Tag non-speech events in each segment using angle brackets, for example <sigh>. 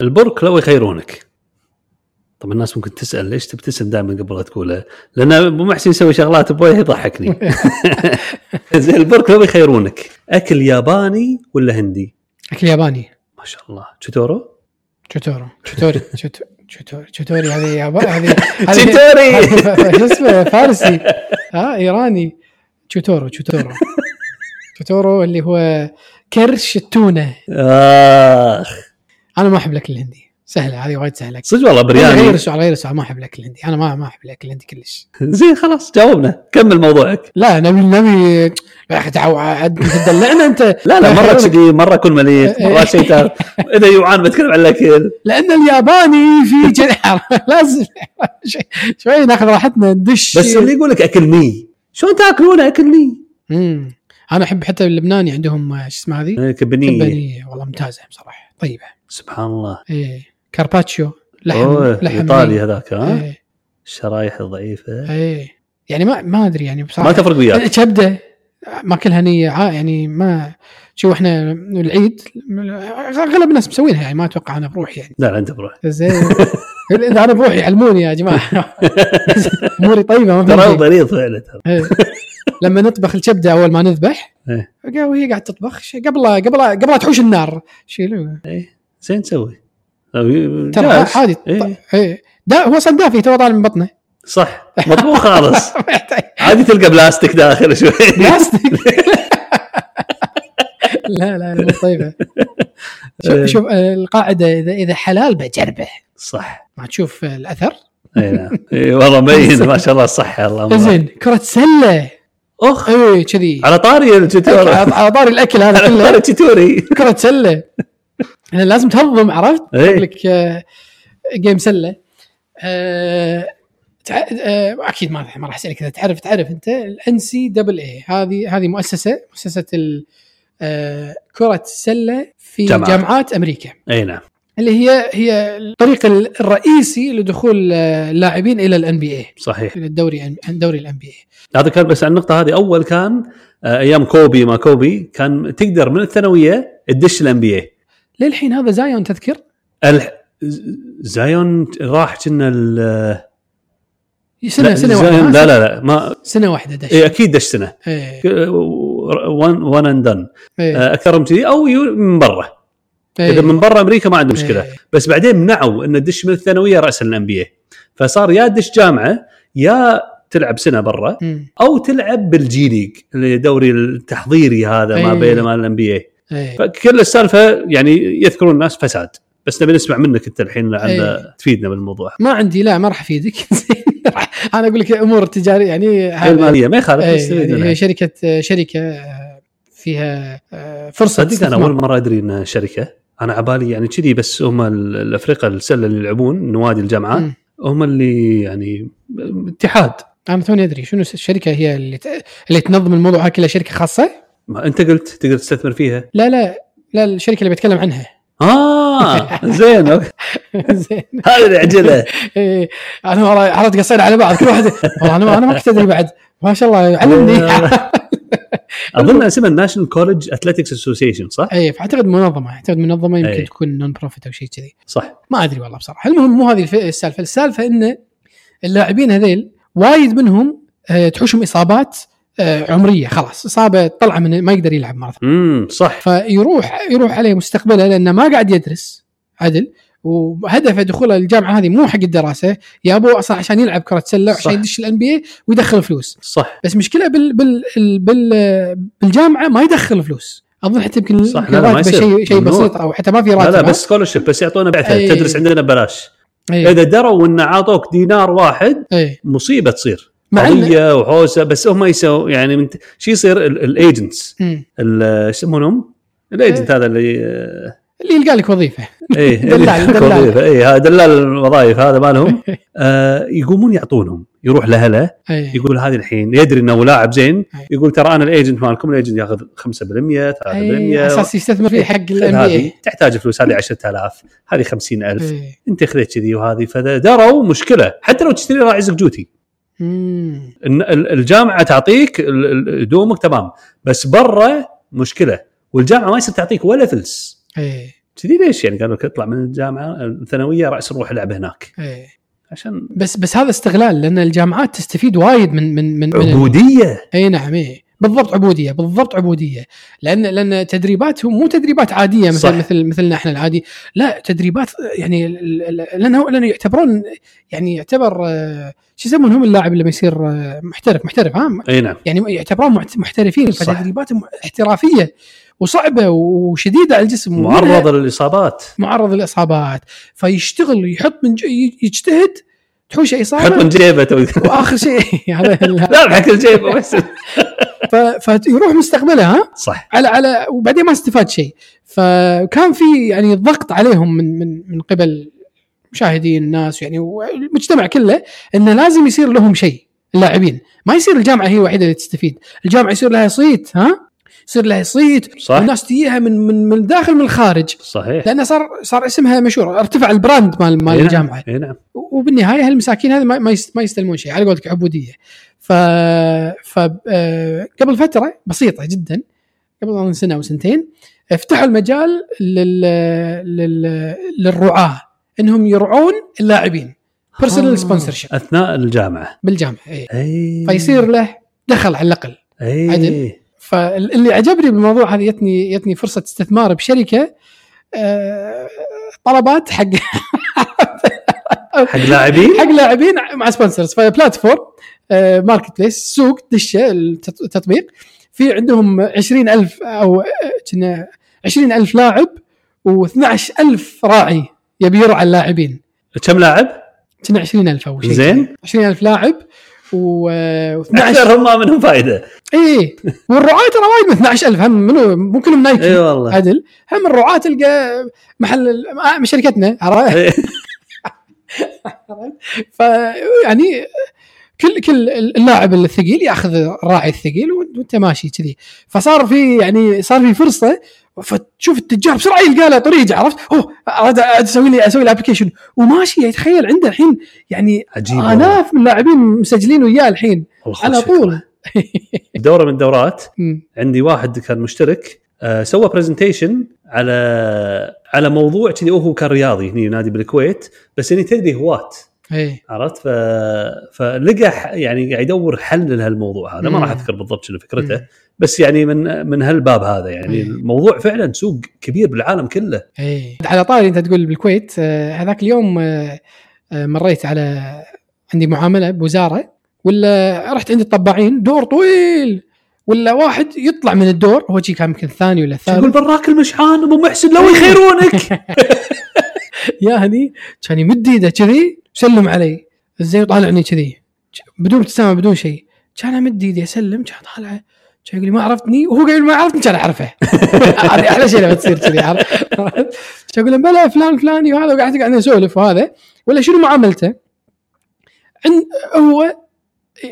البرك لو يخيرونك طبعا الناس ممكن تسال ليش تبتسم دائما قبل لا تقولها؟ لان ابو محسن يسوي شغلات ابوي يضحكني. زين البرك لو يخيرونك اكل ياباني ولا هندي؟ اكل ياباني ما شاء الله تشوتورو؟ تشوتورو <laughs> تشوتوري تشوتوري تشوتوري هذه ياباني هذه هذه- تشوتوري! هذه- شو اسمه فارسي ها ايراني تشوتورو تشوتورو تشوتورو اللي هو كرش التونه اخ انا ما احب الاكل الهندي سهله هذه وايد سهله صدق والله غير برياني السؤال غير السؤال ما احب الاكل الهندي انا ما ما احب الاكل الهندي كلش زين خلاص جاوبنا كمل موضوعك لا نبي نبي يا اخي تعو عاد <laughs> تدلعنا انت لا لا مره خيرك. كذي مره اكون مليت مره شيء ثاني اذا جوعان بتكلم عن الاكل لان الياباني في جنح <laughs> لازم شوي- شوي ناخذ راحتنا ندش بس اللي يقول لك اكل مي شلون تاكلونه اكل مي؟ مم. انا احب حتى اللبناني عندهم آه، شو اسمها هذه؟ إيه، كبنيه لبنانية والله يعني ممتازه بصراحه طيبه سبحان الله ايه كارباتشيو لحم اوه لحم ايطالي هذاك ها ايه الشرايح الضعيفه ايه يعني ما ما ادري يعني ما بصراحه تفرق وياك كبده ماكلها نية عا- يعني ما شو احنا العيد اغلب الناس مسوينها يعني ما اتوقع انا بروحي يعني لا لا انت بروح زين <laughs> اذا انا بروحي علموني يا جماعه اموري طيبه ما في ترى هو شيء. مريض فعلا ترى إيه. لما نطبخ الكبده اول ما نذبح إيه. قا- وهي قاعد تطبخ شي- قبل قبل قبل لا تحوش النار شيلوها زين تسوي ترى عادي ط- إيه. إيه. دا هو صار دافي تو طالع من <laughs> بطنه صح مطبوخ <laughs> خالص عادي تلقى بلاستيك داخل شوي بلاستيك <laughs> لا لا مو طيبه إيه. شوف, شوف آه، القاعده اذا اذا حلال بجربه صح ما تشوف آه، الاثر اي نعم إي والله مبين ما شاء الله صح الله مرة. زين كره سله اخ اي إيه، كذي على طاري التوتوري على إيه، على على طاري <laughs> الاكل هذا كله طاري التوتوري كرة <laughs> سلة أنا لازم تهضم عرفت؟ إيه. أقول لك آه، جيم سلة آه، تع- آه، اكيد ما راح- ما راح اسالك اذا تعرف تعرف انت الان سي دبل اي هذه هذه مؤسسه مؤسسه ال- آه، كرة السلة في جامعات. جامعات, جامعات امريكا اي نعم اللي هي هي الطريق ال- الرئيسي لدخول آه، اللاعبين الى الان بي اي صحيح الى الدوري الدوري الان بي اي هذا كان بس عن النقطه هذه اول كان آه، ايام كوبي ما كوبي كان تقدر من الثانويه تدش الام بي اي للحين هذا زايون تذكر زايون راح كنا ال- سنه لا، سنه زايون- واحده لا لا لا ما سنه واحده دش إي، اكيد دش سنه إيه. وان وان اند دن إيه. اكثر من آه، كذي او يو- من برا إيه. اذا من برا امريكا ما عنده مشكله إيه. بس بعدين منعوا انه تدش من الثانويه راسا الان بي اي فصار يا تدش جامعه يا تلعب سنه برا مم. او تلعب بالجي ليج اللي الدوري التحضيري هذا ما إيه. بين مال الان بي اي إيه. فكل السالفه يعني يذكرون الناس فساد بس نبي نسمع منك انت الحين لعل إيه. تفيدنا بالموضوع ما عندي لا ما راح افيدك <laughs> زين راح- انا اقول لك امور تجاريه يعني هاي هذا- الماليه ما يخالف نعم. إيه، نستفيد يعني منها. هي شركه شركه فيها آه، فرصه صدق انا استثمار. اول مره ادري ان شركه انا عبالي يعني كذي بس هم ال- الافرقه السله اللي يلعبون نوادي الجامعات مم. هم اللي يعني اتحاد انا توني ادري شنو الشركه هي اللي ت... اللي تنظم الموضوع هاي كلها شركه خاصه؟ ما انت قلت تقدر تستثمر فيها لا لا لا الشركه اللي بتكلم عنها <laughs> اه زين أوكي. زين هذا اللي عجله إيه، انا والله عرفت قصينا على بعض كل واحد والله انا انا ما كنت ادري بعد ما شاء الله <laughs> علمني <laughs> آه. اظن اسمها الناشونال كولج اثليتكس اسوسيشن صح؟ اي فاعتقد منظمه اعتقد منظمه يمكن إيه. تكون نون بروفيت او شيء كذي صح ما ادري والله بصراحه المهم مو هذه الف- السالفه السالفه ان اللاعبين هذيل وايد منهم آه، تحوشهم اصابات آه، عمريه خلاص اصابه طلع من ما يقدر يلعب مره ثانيه امم صح فيروح يروح عليه مستقبله لانه ما قاعد يدرس عدل وهدفه دخوله الجامعه هذه مو حق الدراسه يا ابو اصلا عشان يلعب كره سله صح. عشان يدش الان بي ويدخل فلوس صح بس مشكله بال بال بال بال بالجامعه ما يدخل فلوس اظن حتى يمكن صح، يمكن لا، لا، ما راتبه يصير. شيء شيء ممنوع. بسيط او حتى ما في لا راتب لا ها؟ بس سكولرشيب بس يعطونا بعثه أي. تدرس عندنا ببلاش إيه، اذا دروا ان عطوك دينار واحد إيه. مصيبه تصير مع إن- قضيه وحوسه بس هم يسووا يعني من شو يصير الايجنتس مم. ايش يسمونهم؟ الايجنت إيه. هذا اللي آه، اللي يلقى لك وظيفه ايه <laughs> دلال- دلال. الوظيفة، ايه هذا دلال الوظائف هذا مالهم <laughs> آه يقومون يعطونهم يروح لهله أي. يقول هذه الحين يدري انه لاعب زين أي. يقول ترى انا الايجنت مالكم الايجنت ياخذ 5% 3% أي، اساس إيه، يستثمر فيه حق إيه. الام هذه بي إيه. تحتاج فلوس هذه 10000 هذه 50000 اي انت خذيت كذي وهذه فذا دروا مشكله حتى لو تشتري راعي زقجوتي مم. إن ال- الجامعه تعطيك ال- ال- دومك تمام بس برا مشكله والجامعه ما يصير تعطيك ولا فلس اي كذي ليش يعني قالوا لك اطلع من الجامعه الثانويه راس نروح العب هناك إيه. عشان بس بس هذا استغلال لان الجامعات تستفيد وايد من من من, من عبوديه اي نعم اي بالضبط عبوديه بالضبط عبوديه لان لان تدريباتهم مو تدريبات عاديه مثل صح. صح. مثل مثلنا احنا العادي لا تدريبات يعني ال- ال- لانه لانه يعتبرون يعني يعتبر آه، شو يسمون هم اللاعب لما يصير آه، محترف محترف ها اي نعم يعني يعتبرون محت- محترفين صح. فتدريباتهم احترافيه وصعبه وشديده على الجسم ومنها- معرضه للاصابات معرض للاصابات فيشتغل يحط من ج- ي- يجتهد تحوشه حط اصابه من جيبه توي. <laughs> واخر شيء <laughs> هذا ال- لا حق الجيبه بس ف- فيروح مستقبله ها صح على على وبعدين ما استفاد شيء فكان في يعني ضغط عليهم من من من قبل مشاهدين الناس يعني والمجتمع كله انه لازم يصير لهم شيء اللاعبين ما يصير الجامعه هي الوحيده اللي تستفيد الجامعه يصير لها صيت ها يصير لها صيت صح. والناس تجيها من من من الداخل من الخارج صحيح لانه صار صار اسمها مشهور ارتفع البراند مال مال إي نعم، الجامعه اي نعم وبالنهايه هالمساكين هذا ما ما يست- ما يستلمون شيء على قولتك عبوديه ف ف آه، قبل فتره بسيطه جدا قبل أظن سنه او سنتين فتحوا المجال لل... لل... للرعاه انهم يرعون اللاعبين بيرسونال سبونسرشيب اثناء الجامعه بالجامعه اي اي إيه. فيصير له دخل على الاقل اي عدل. فاللي عجبني بالموضوع هذا جتني جتني فرصه استثمار بشركه آه، طلبات حق حق لاعبين حق لاعبين مع سبونسرز فبلاتفورم آه، ماركت بليس سوق دشه التط- التطبيق في عندهم 20000 او آه، كنا 20000 لاعب و12000 راعي يبي يرعى اللاعبين كم لاعب؟ كنا 20000 اول شيء زين 20000 لاعب و آه، و12 اكثرهم ما منهم فائده اي والرعاه ترى وايد من 12000 هم منو مو كلهم نايكي اي والله عدل هم الرعاه تلقى محل ال- آه، شركتنا عرفت إي. فيعني يعني كل كل اللاعب الثقيل ياخذ الراعي الثقيل وانت ماشي كذي فصار في يعني صار في فرصه فتشوف التجار بسرعه يلقى له طريق عرفت؟ اوه اراد اسوي لي اسوي الابلكيشن وماشي يتخيل عنده الحين يعني عجيب والله. الاف من اللاعبين مسجلين وياه الحين والله على خذ طول. <laughs> فكرة. دوره من الدورات م. عندي واحد كان مشترك آه، سوى برزنتيشن على على موضوع كذي هو كان رياضي هني نادي بالكويت بس يعني تدري هواة ايه عرفت ف... فلقى ح- يعني قاعد يدور حل لهالموضوع هذا ما مم. راح اذكر بالضبط شنو فكرته مم. بس يعني من من هالباب هذا يعني مم. الموضوع فعلا سوق كبير بالعالم كله ايه على طاري انت تقول بالكويت آه، هذاك اليوم آه، آه، مريت على عندي معامله بوزاره ولا رحت عند الطباعين دور طويل ولا واحد يطلع من الدور هو شي كان يمكن الثاني ولا يقول الثالث براك المشحان ابو محسن لو <laughs> يخيرونك يا هني كان يمد ايده كذي سلم علي زين طالعني كذي بدون ابتسامه بدون شيء كان امد ايدي اسلم كان طالعه كان يقول لي ما عرفتني وهو قايل ما عرفتني كان <laughs> اعرفه هذه احلى شيء لما تصير كذي عرفت؟ كان اقول له بلا فلان فلاني وهذا وقاعد قاعد نسولف وهذا ولا شنو معاملته؟ عند هو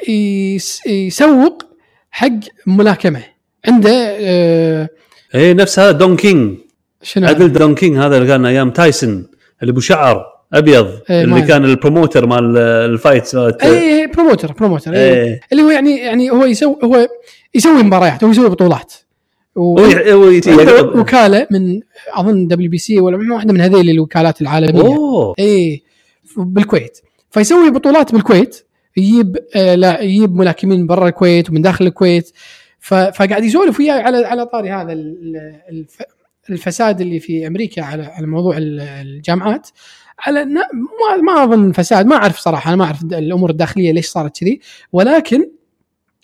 يس- يسوق حق ملاكمه عنده آه، اي إيه، نفس هذا دون كينج شنو عدل دون كينج هذا اللي كان ايام تايسون اللي ابو شعر ابيض إيه، اللي مايل. كان البروموتر مال الفايت مالت- اي اي بروموتر بروموتر اي إيه. اللي هو يعني يعني هو يسوي هو يسوي مباريات هو يسوي بطولات و... وي- وي- عنده وكاله من اظن دبليو بي سي ولا من واحده من هذيل الوكالات العالميه اوه اي بالكويت فيسوي بطولات بالكويت يجيب آه لا يجيب ملاكمين من برا الكويت ومن داخل الكويت ف... فقاعد يسولف وياي على على طاري هذا ال- الف... الفساد اللي في امريكا على على موضوع ال- الجامعات على إنه ما ما اظن فساد ما اعرف صراحه انا ما اعرف الامور الداخليه ليش صارت كذي ولكن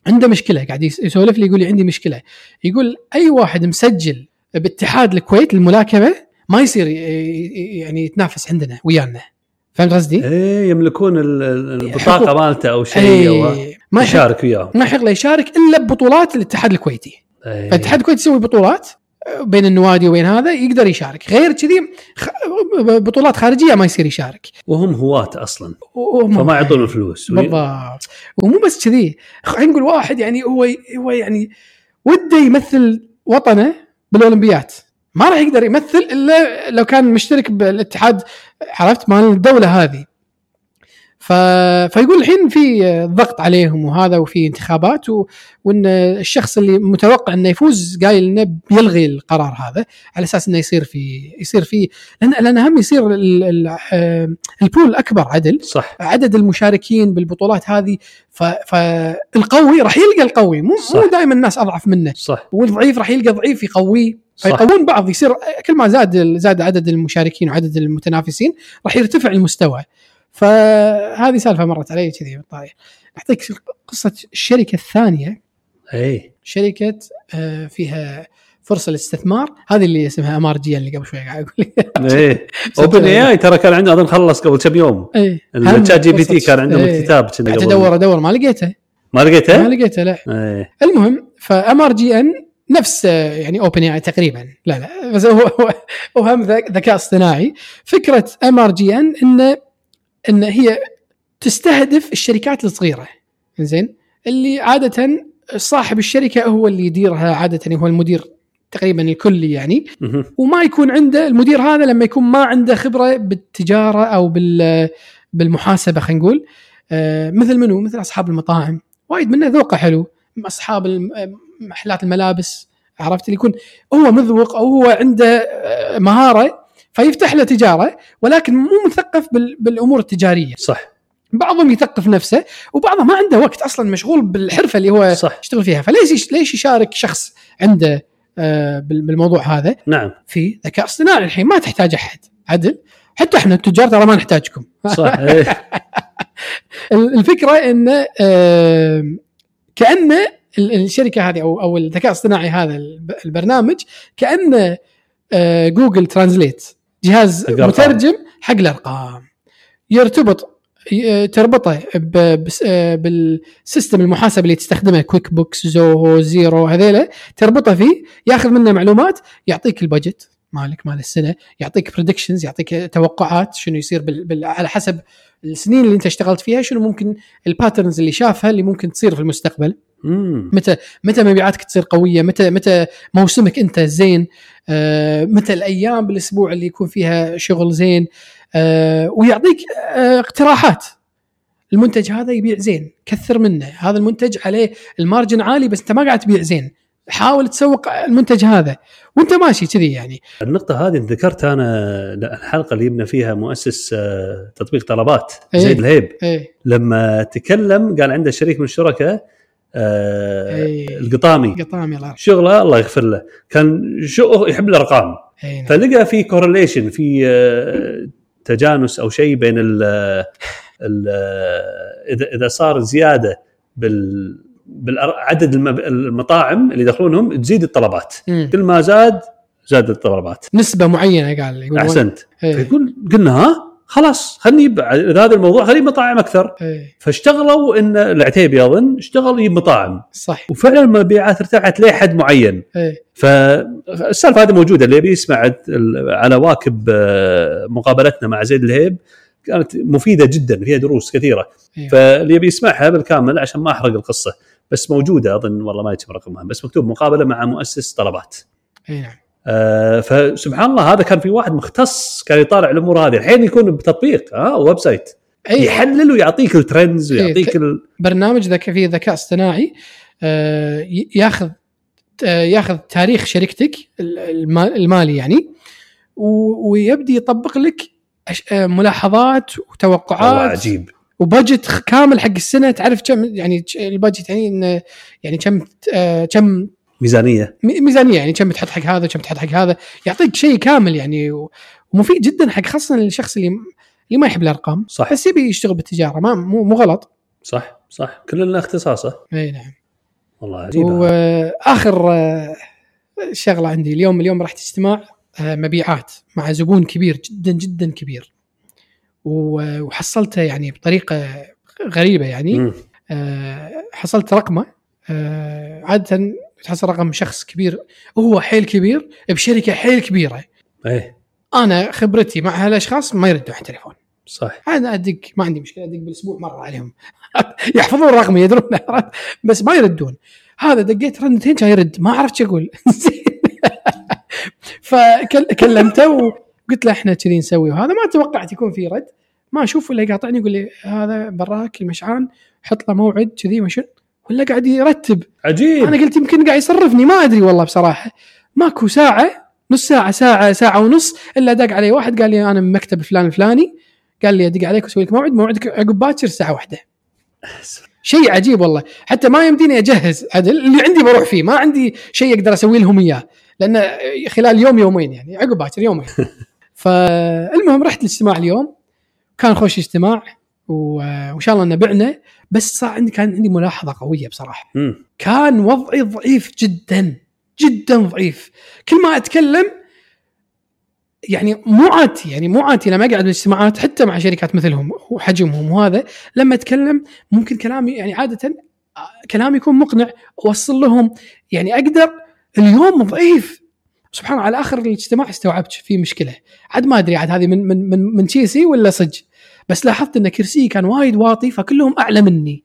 عنده مشكله قاعد يس- يسولف لي يقول لي عندي مشكله يقول اي واحد مسجل باتحاد الكويت للملاكمه ما يصير ي- ي- يعني يتنافس عندنا ويانا فهمت قصدي؟ ايه يملكون ال- ال- البطاقه حقوق. مالته او شيء او أي إيه. ما يحق يشارك وياهم ما يحق له يشارك الا ببطولات الاتحاد الكويتي، إيه. فالاتحاد الكويتي يسوي بطولات آه، بين النوادي وبين هذا يقدر يشارك، غير كذي خ... بطولات خارجيه ما يصير يشارك. وهم هواة اصلا و- وهم- فما يعطون الفلوس وي- بالضبط ومو بس كذي خلينا نقول واحد يعني هو هو يعني وده يمثل وطنه بالاولمبيات ما راح يقدر يمثل الا لو كان مشترك بالاتحاد عرفت مال الدوله هذه ف... فيقول الحين في ضغط عليهم وهذا وفي انتخابات و... وان الشخص اللي متوقع انه يفوز قايل انه بيلغي القرار هذا على اساس انه يصير في يصير في لان لان هم يصير ال... ال... آه، البول اكبر عدل صح عدد المشاركين بالبطولات هذه ف... فالقوي راح يلقى القوي مو صح. مو دائما الناس اضعف منه صح والضعيف راح يلقى ضعيف يقويه صح. فيقوون بعض يصير كل ما زاد زاد عدد المشاركين وعدد المتنافسين راح يرتفع المستوى فهذه سالفه مرت علي كذي بالطريقه اعطيك قصه الشركه الثانيه اي شركه آه، فيها فرصه للاستثمار هذه اللي اسمها امارجيا اللي قبل شوي قاعد اقول اي اوبن اي اي إيه ترى كان عنده اظن خلص قبل كم يوم اي الشات جي بي تي كان عندهم إيه. كتاب كنا قاعد قبل ادور ادور ما لقيته ما ما لقيته؟ لقيته لا ايه المهم فامار جي ان نفس آه، يعني اوبن اي تقريبا لا لا بس هو هو, هو هم ذك- ذكاء اصطناعي فكره امار جي ان ان ان هي تستهدف الشركات الصغيره زين اللي عاده صاحب الشركه هو اللي يديرها عاده هو المدير تقريبا الكلي يعني مهم. وما يكون عنده المدير هذا لما يكون ما عنده خبره بالتجاره او بال بالمحاسبه خلينا نقول آه، مثل منو مثل اصحاب المطاعم وايد منه ذوقه حلو اصحاب الم- آه، محلات الملابس عرفت اللي يكون هو مذوق او هو عنده آه، مهاره فيفتح له تجاره ولكن مو مثقف بال- بالامور التجاريه صح بعضهم يثقف نفسه وبعضه ما عنده وقت اصلا مشغول بالحرفه اللي هو صح يشتغل فيها فليش ليش يشارك شخص عنده آه، بال- بالموضوع هذا نعم في ذكاء اصطناعي الحين ما تحتاج احد عدل حتى احنا التجار ترى ما نحتاجكم صح <laughs> إيه. ال- الفكره انه آم، كانه ال- الشركه هذه او او الذكاء الاصطناعي هذا الب- البرنامج كانه آه، جوجل ترانزليت جهاز حق الأرقام. مترجم حق الارقام يرتبط ي- آه، تربطه ب- بس- آه، بالسيستم المحاسبه اللي تستخدمه كويك بوكس زوهو زيرو هذيلا تربطه فيه ياخذ منه معلومات يعطيك البجت مالك مال السنه يعطيك بريدكشنز يعطيك توقعات شنو يصير بال... بال... على حسب السنين اللي انت اشتغلت فيها شنو ممكن الباترنز اللي شافها اللي ممكن تصير في المستقبل مم. متى متى مبيعاتك تصير قويه متى متى موسمك انت زين آه، متى الايام بالاسبوع اللي يكون فيها شغل زين آه، ويعطيك آه، اقتراحات المنتج هذا يبيع زين كثر منه هذا المنتج عليه المارجن عالي بس انت ما قاعد تبيع زين حاول تسوق المنتج هذا وانت ماشي كذي يعني النقطة هذه ذكرتها أنا الحلقة اللي جبنا فيها مؤسس آه، تطبيق طلبات إيه. زيد الهيب ايه لما تكلم قال عنده شريك من الشركاء آه، إيه. القطامي قطام يلا شغله الله يغفر له كان شو يحب الارقام إيه، نعم. فلقى في كورليشن في آه، تجانس او شيء بين ال آه، ال- اذا اذا صار زياده بال بالعدد المطاعم اللي يدخلونهم تزيد الطلبات مم. كل ما زاد زادت الطلبات نسبه معينه قال يقول احسنت إيه. فيقول قلنا ها خلاص خلني يب- اذا هذا الموضوع خليه مطاعم اكثر ايه فاشتغلوا ان العتيبي اظن اشتغل يجيب مطاعم صح وفعلا المبيعات ارتفعت لحد معين ايه فالسالفه هذه موجوده اللي بيسمع ال- على واكب آه، مقابلتنا مع زيد الهيب كانت مفيده جدا فيها دروس كثيره إيه. فاللي بيسمعها بالكامل عشان ما احرق القصه بس موجوده اظن والله ما يتم رقمها بس مكتوب مقابله مع مؤسس طلبات ايه نعم آه، فسبحان الله هذا كان في واحد مختص كان يطالع الامور هذه الحين يكون بتطبيق ها ويب سايت اي يحلل ويعطيك الترندز إيه، ويعطيك ال... برنامج ذكاء فيه ذكاء اصطناعي آه، ي- ياخذ آه، ياخذ تاريخ شركتك ال- الما- المالي يعني و- ويبدي يطبق لك أش- آه، ملاحظات والله وتوقعات عجيب وبادجت خ- كامل حق السنه تعرف كم يعني ج- البادجت يعني إنه- يعني كم آه، كم ميزانيه م- ميزانيه يعني كم بتحط حق هذا كم بتحط حق هذا يعطيك شيء كامل يعني و- ومفيد جدا حق خاصه للشخص اللي اللي ما يحب الارقام صح بس يبي يشتغل بالتجاره ما مو مو غلط صح صح كل لنا اختصاصه اي نعم والله عجيب هذا. واخر آه، شغله عندي اليوم اليوم رحت اجتماع آه، مبيعات مع زبون كبير جدا جدا كبير و- وحصلته يعني بطريقه غريبه يعني مم. آه، حصلت رقمه آه، عاده تحصل رقم شخص كبير وهو حيل كبير بشركه حيل كبيره ايه انا خبرتي مع هالاشخاص ما يردون على التليفون صح انا ادق ما عندي مشكله ادق بالاسبوع مره عليهم <laughs> يحفظون رقمي يدرون عرفت؟ بس ما يردون هذا دقيت رنتين كان يرد ما عرفت شو اقول <laughs> زين. فكلمته وقلت له احنا كذي نسوي وهذا ما توقعت يكون في رد ما اشوف ولا يقاطعني يقول لي هذا براك المشعان حط له موعد كذي وشن ولا قاعد يرتب عجيب انا قلت يمكن قاعد يصرفني ما ادري والله بصراحه ماكو ساعه نص ساعه ساعه ساعه ونص الا دق علي واحد قال لي انا من مكتب فلان الفلاني قال لي ادق عليك واسوي لك موعد موعدك عقب باكر الساعه واحدة شيء عجيب والله حتى ما يمديني اجهز عدل اللي عندي بروح فيه ما عندي شيء اقدر اسوي لهم اياه لان خلال يوم يومين يعني عقب باكر يومين فالمهم رحت الاجتماع اليوم كان خوش اجتماع و- وان شاء الله انه بعنا بس صار عندي كان عندي ملاحظه قويه بصراحه مم. كان وضعي ضعيف جدا جدا ضعيف كل ما اتكلم يعني مو عاتي يعني مو عاتي لما اقعد بالاجتماعات حتى مع شركات مثلهم وحجمهم وهذا لما اتكلم ممكن كلامي يعني عاده آه، كلامي يكون مقنع اوصل لهم يعني اقدر اليوم ضعيف سبحان الله على اخر الاجتماع استوعبت في مشكله عاد ما ادري عاد هذه من من من, من كيسي ولا صج بس لاحظت ان كرسيي كان وايد واطي فكلهم اعلى مني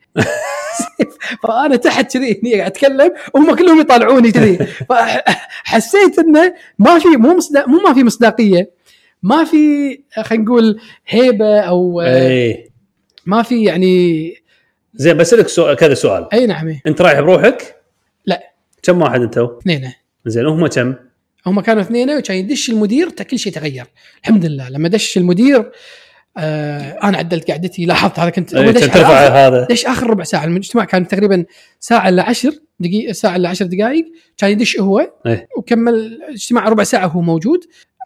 فانا تحت كذي هني قاعد اتكلم وهم كلهم يطالعوني كذي فحسيت انه ما في مو مصداق مو ما في مصداقيه ما في خلينا نقول هيبه او إيه. اي ما في يعني زين بسالك سؤال كذا سؤال اي نعم إي. انت رايح بروحك؟ لا. كم واحد انتوا؟ اثنين زين هم كم؟ هم كانوا اثنين إيه، وكان يدش المدير تا كل شيء تغير الحمد لله لما دش المدير آه انا عدلت قعدتي لاحظت هذا كنت إيه، أول دش كان على ترفع آخر- هذا دش اخر ربع ساعه المجتمع كان تقريبا ساعه الا 10 دقيقه ساعه الا 10 دقائق كان يدش هو إيه. وكمل الاجتماع ربع ساعه وهو موجود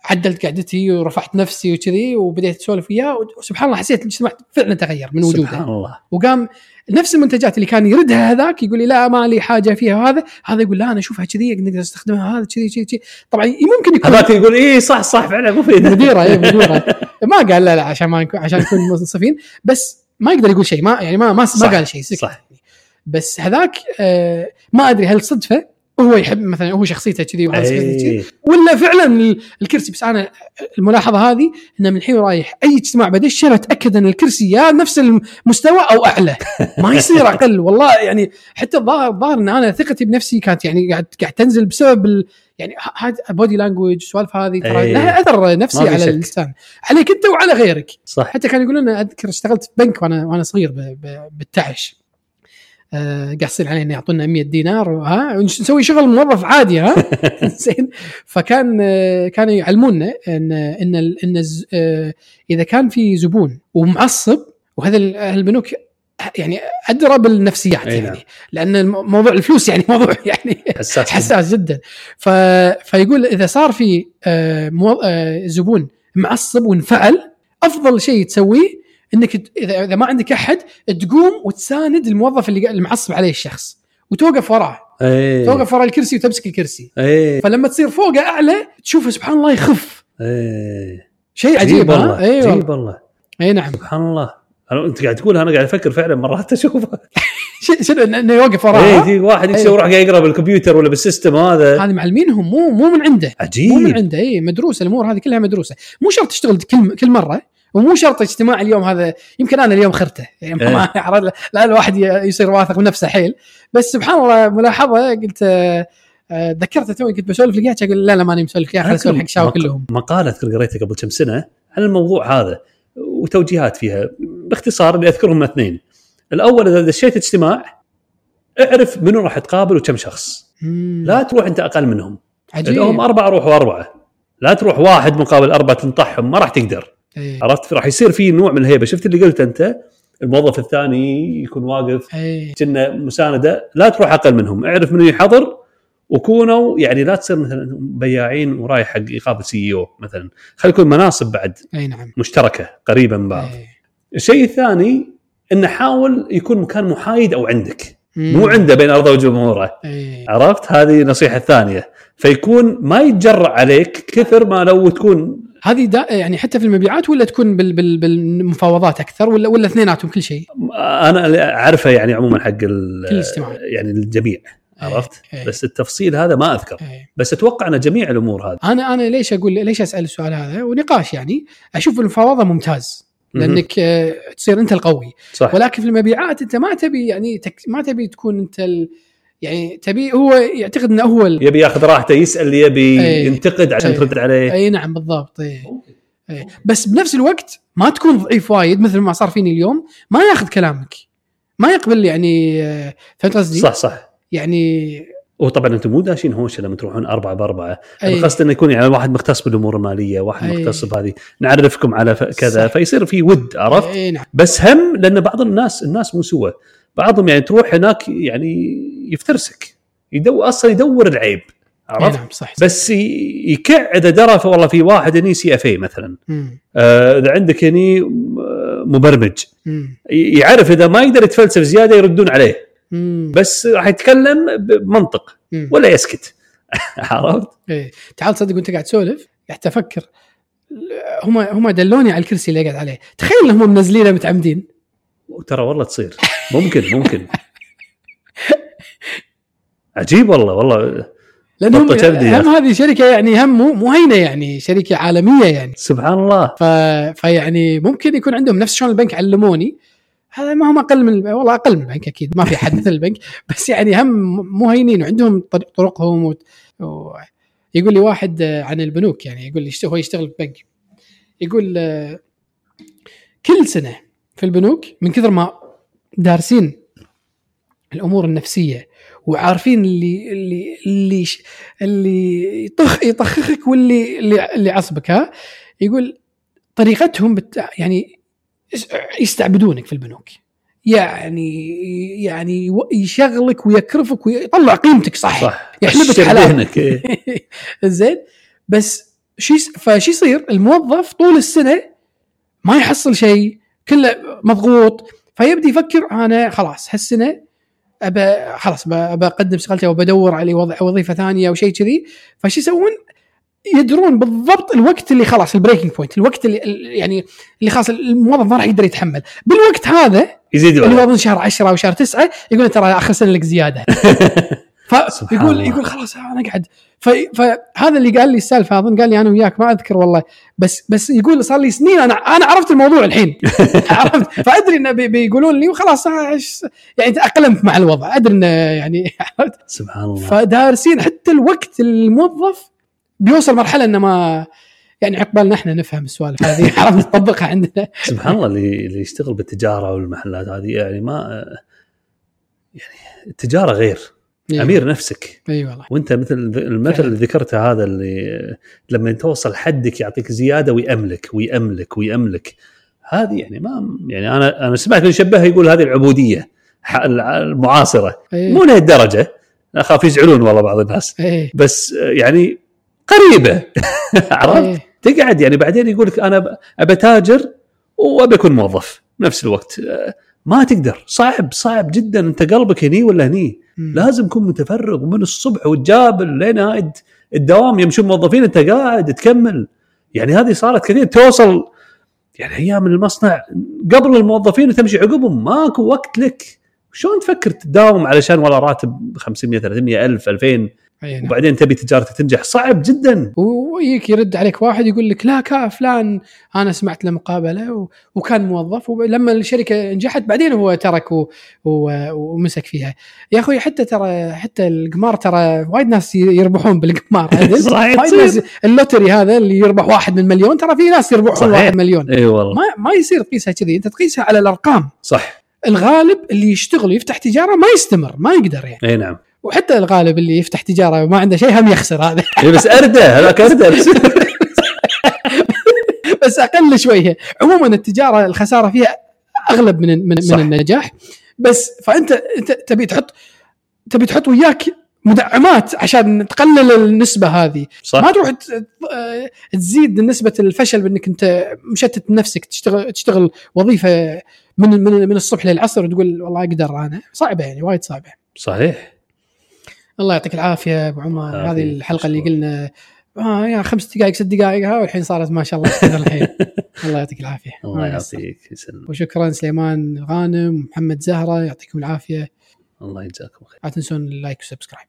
عدلت قعدتي ورفعت نفسي وكذي وبديت اسولف وياه وسبحان الله حسيت الاجتماع فعلا تغير من وجوده سبحان الله وقام نفس المنتجات اللي كان يردها هذاك يقول لي لا ما لي حاجه فيها وهذا هذا يقول لا انا اشوفها كذي نقدر نستخدمها هذا كذي كذي كذي طبعا ممكن يكون هذاك يقول اي صح صح فعلا مفيد مديره اي مديره ما قال لا لا عشان ما نكون عشان نكون منصفين بس ما يقدر يقول شيء ما يعني ما ما, صح، ما قال شيء سكت صح. بس هذاك آه ما ادري هل صدفه هو يحب مثلا هو شخصيته كذي وهذا شخصيته كذي إي. ولا فعلا ال- الكرسي بس انا الملاحظه هذه ان من الحين رايح اي اجتماع بدش انا اتاكد ان الكرسي يا نفس المستوى او اعلى <laughs> ما يصير اقل والله يعني حتى الظاهر الظاهر ان انا ثقتي بنفسي كانت يعني قاعد قاعد تنزل بسبب ال يعني هذا بودي لانجوج سوالف هذه ترى إيه. لها اثر نفسي ما في على شك. اللسان عليك انت وعلى غيرك صح حتى كانوا يقولون أنا اذكر اشتغلت في بنك وانا وانا صغير ب- ب- بالتعش آه، قاعد يصير علينا يعطونا 100 دينار ها نسوي شغل موظف <laughs> عادي ها زين فكان آه، كانوا يعلمونا ان ان ال- ان الز- آه، اذا كان في زبون ومعصب وهذا ال- أهل البنوك يعني ادرى بالنفسيات أي نعم. يعني لان الم- موضوع الفلوس يعني موضوع <laughs> يعني حساس حساس جدا ف... فيقول اذا صار في آه، مو... آه، زبون معصب وانفعل افضل شيء تسويه انك ت- اذا اذا ما عندك احد تقوم وتساند الموظف اللي قا- المعصب عليه الشخص وتوقف وراه اي توقف ورا الكرسي وتمسك الكرسي اي فلما تصير فوقه اعلى تشوفه سبحان الله يخف اي شيء عجيب ها والله اي إيه. عجيب والله. والله اي نعم <laughs> سبحان الله أنا- انت قاعد تقول انا قاعد افكر فعلا مرات اشوفه ش- شنو إنه- انه يوقف اي وراه تجي واحد يكسر إيه. يروح قاعد يقرا بالكمبيوتر ولا بالسيستم هذا هذه معلمينهم مو مو من عنده مو من عجيب عنده اي مدروسه الامور هذه كلها مدروسه مو شرط تشتغل كل كل مره ومو شرط اجتماع اليوم هذا يمكن انا اليوم خرته يعني ما إيه. عرض- لا الواحد ي- يصير واثق من نفسه حيل بس سبحان الله ملاحظه قلت آه، آه، تذكرت توي كنت بسولف لك إياها، اقول لا لا ماني مسولف لك خليني اسولف حق شاو مق- كلهم مقاله اذكر قريتها قبل كم سنه عن الموضوع هذا وتوجيهات فيها باختصار اللي اذكرهم اثنين الاول اذا دشيت اجتماع اعرف منو راح تقابل وكم شخص مم، لا تروح انت اقل منهم اذا هم عجيب اربعه روحوا اربعه لا تروح واحد مقابل اربعه تنطحهم ما راح تقدر إي، عرفت راح يصير في نوع من الهيبه شفت اللي قلت انت الموظف الثاني يكون واقف إي، كنا مسانده لا تروح اقل منهم اعرف من يحضر وكونوا يعني لا تصير مثلا بياعين ورايح حق يقابل سي او مثلا خلي يكون مناصب بعد اي نعم إيه. مشتركه قريبه من بعض إي. الشيء الثاني انه حاول يكون مكان محايد او عندك مم، إيه. مو عنده بين ارضه وجمهوره إي. عرفت هذه النصيحه الثانيه فيكون ما يتجرأ عليك كثر ما لو تكون هذه دا- يعني حتى في المبيعات ولا تكون بال- بال- بالمفاوضات اكثر ولا ولا اثنيناتهم كل شيء انا اللي اعرفه يعني عموما حق ال- كل اجتماع. إيه. يعني الجميع عرفت إي، إي، بس التفصيل هذا ما اذكر إي. بس اتوقع ان جميع الامور هذه انا انا ليش اقول ليش اسال السؤال هذا ونقاش يعني اشوف المفاوضه ممتاز مهم. لانك آه، تصير انت القوي صح ولكن في المبيعات انت ما تبي يعني تك ما تبي تكون انت ال يعني تبي هو يعتقد انه هو ال- يبي ياخذ راحته يسال اللي يبي إي. ينتقد عشان إي. ترد عليه اي نعم بالضبط اي إي. إيه. بس بنفس الوقت ما تكون ضعيف وايد مثل ما صار فيني اليوم ما ياخذ كلامك ما يقبل يعني آه، فهمت قصدي؟ صح صح يعني وطبعا انتم مو داشين هوشه لما تروحون اربعه باربعه أي. أنا قصد انه يكون يعني واحد مختص بالامور الماليه واحد أي. مختص بهذه نعرفكم على ف- كذا صح. فيصير في ود عرفت اي نعم بس هم لان بعض الناس الناس مو سوى بعضهم يعني تروح هناك يعني يفترسك يدو اصلا يدور العيب اي عرفت نعم صح صح. بس ي- يكع اذا درى والله في واحد هني سي إيه اف اي مثلا مم. آه، اذا عندك هني آه، مبرمج مم. ي- يعرف اذا ما يقدر يتفلسف زياده يردون عليه مم. بس راح يتكلم بمنطق مم. ولا يسكت <laughs> عرفت؟ ايه تعال تصدق وانت قاعد تسولف قاعد افكر هم هم دلوني على الكرسي اللي قاعد عليه تخيل هم منزلينه متعمدين وترى والله تصير ممكن ممكن عجيب والله والله لانهم بطة كبدي يا هم هذه شركه يعني هم مو مو هينه يعني شركه عالميه يعني سبحان الله ف... فيعني ممكن يكون عندهم نفس شلون البنك علموني هذا ما هم اقل من الب... والله اقل من البنك اكيد ما في حد مثل البنك بس يعني هم مو هينين وعندهم طر- طرقهم و... و... يقول لي واحد آه، عن البنوك يعني يقول لي يشت- هو يشتغل في بنك يقول آه، كل سنه في البنوك من كثر ما دارسين الامور النفسيه وعارفين اللي اللي اللي ش- اللي يطخ يطخخك واللي اللي, اللي عصبك ها يقول طريقتهم بت... يعني يس- يستعبدونك في البنوك يعني يعني يو- يشغلك ويكرفك ويطلع قيمتك صح, صح يحلبك الشر حلال ذهنك، إيه. <laughs> زين بس شي فشي يصير الموظف طول السنه ما يحصل شيء كله مضغوط فيبدي يفكر انا خلاص هالسنه ابى خلاص ب- بقدم استقالتي او بدور على وظ- وظيفه ثانيه او شيء كذي فشي يسوون يدرون بالضبط الوقت اللي خلاص البريكنج بوينت الوقت اللي ال- يعني اللي خلاص الموظف ما راح يقدر يتحمل بالوقت هذا يزيد اللي هو الوضع. اظن شهر 10 او شهر 9 يقول ترى اخر سنه لك <laughs> زياده سبحان فيقول الله. يقول خلاص آه، انا اقعد في- فهذا اللي قال لي السالفه اظن قال لي انا وياك ما اذكر والله بس بس يقول صار لي سنين انا انا عرفت الموضوع الحين <laughs> عرفت فادري انه بي- بيقولون لي وخلاص أنا إيش- يعني تاقلمت مع الوضع ادري انه يعني <laughs> عرفت سبحان الله فدارسين حتى الوقت الموظف بيوصل مرحله انه ما يعني عقبالنا احنا نفهم السوالف هذه <laughs> عرفت نطبقها عندنا سبحان الله اللي اللي يشتغل بالتجاره والمحلات هذه يعني ما يعني التجاره غير إيه. امير نفسك اي إيه والله وانت مثل المثل فعلا. اللي ذكرته هذا اللي لما توصل حدك يعطيك زياده وياملك وياملك وياملك هذه يعني ما يعني انا انا سمعت اللي شبهها يقول هذه العبوديه ح- المعاصره إي. مو لهالدرجه اخاف يزعلون والله بعض الناس ايه بس يعني قريبه <laughs> عرفت؟ إيه. تقعد يعني بعدين يقول لك انا ب- ابى تاجر وابى اكون موظف نفس الوقت آه، ما تقدر صعب صعب جدا انت قلبك هني ولا هني مم. لازم تكون متفرغ من الصبح وتجابل لين هاي الدوام يمشون موظفين انت قاعد تكمل يعني هذه صارت كثير توصل يعني ايام المصنع قبل الموظفين وتمشي عقبهم ماكو وقت لك شلون تفكر تداوم علشان والله راتب 500 300 1000 2000 إي نعم. وبعدين تبي تجارتك تنجح صعب <laughs> جدا ويجيك يرد عليك واحد يقول لك لا كا فلان انا سمعت له مقابله و... وكان موظف ولما الشركه نجحت بعدين هو ترك و... و... ومسك فيها يا اخوي حتى ترى حتى القمار ترى وايد ناس ي- يربحون بالقمار عدل؟ <laughs> صحيح وايد ناس اللوتري هذا اللي يربح واحد من مليون ترى في ناس يربحون صحيح. أيوه. واحد مليون اي والله ما ما يصير تقيسها كذي انت تقيسها على الارقام صح الغالب اللي يشتغل ويفتح تجاره ما يستمر ما يقدر يعني اي نعم وحتى الغالب اللي يفتح تجاره وما عنده شيء هم يخسر هذا إي بس اردى هذاك <laughs> اردى بس بس اقل شويه عموما التجاره الخساره فيها اغلب من من, صح. من النجاح بس فانت انت تبي تحط تبي تحط وياك مدعمات عشان تقلل النسبه هذه ما صح تروح ت- ت- تزيد نسبه الفشل بانك انت مشتت نفسك تشتغل تشتغل وظيفه من من من الصبح للعصر وتقول والله اقدر انا صعبه يعني وايد صعبه صحيح الله يعطيك العافيه ابو عمر عافية. هذه الحلقه اللي شكراً. قلنا اه يا خمس دقائق ست دقائق ها والحين صارت ما شاء الله استمر <laughs> الحين الله يعطيك العافيه الله ما يقصر. يعطيك يسلم وشكرا سليمان الغانم محمد زهره يعطيكم العافيه الله يجزاكم خير لا تنسون اللايك والسبسكرايب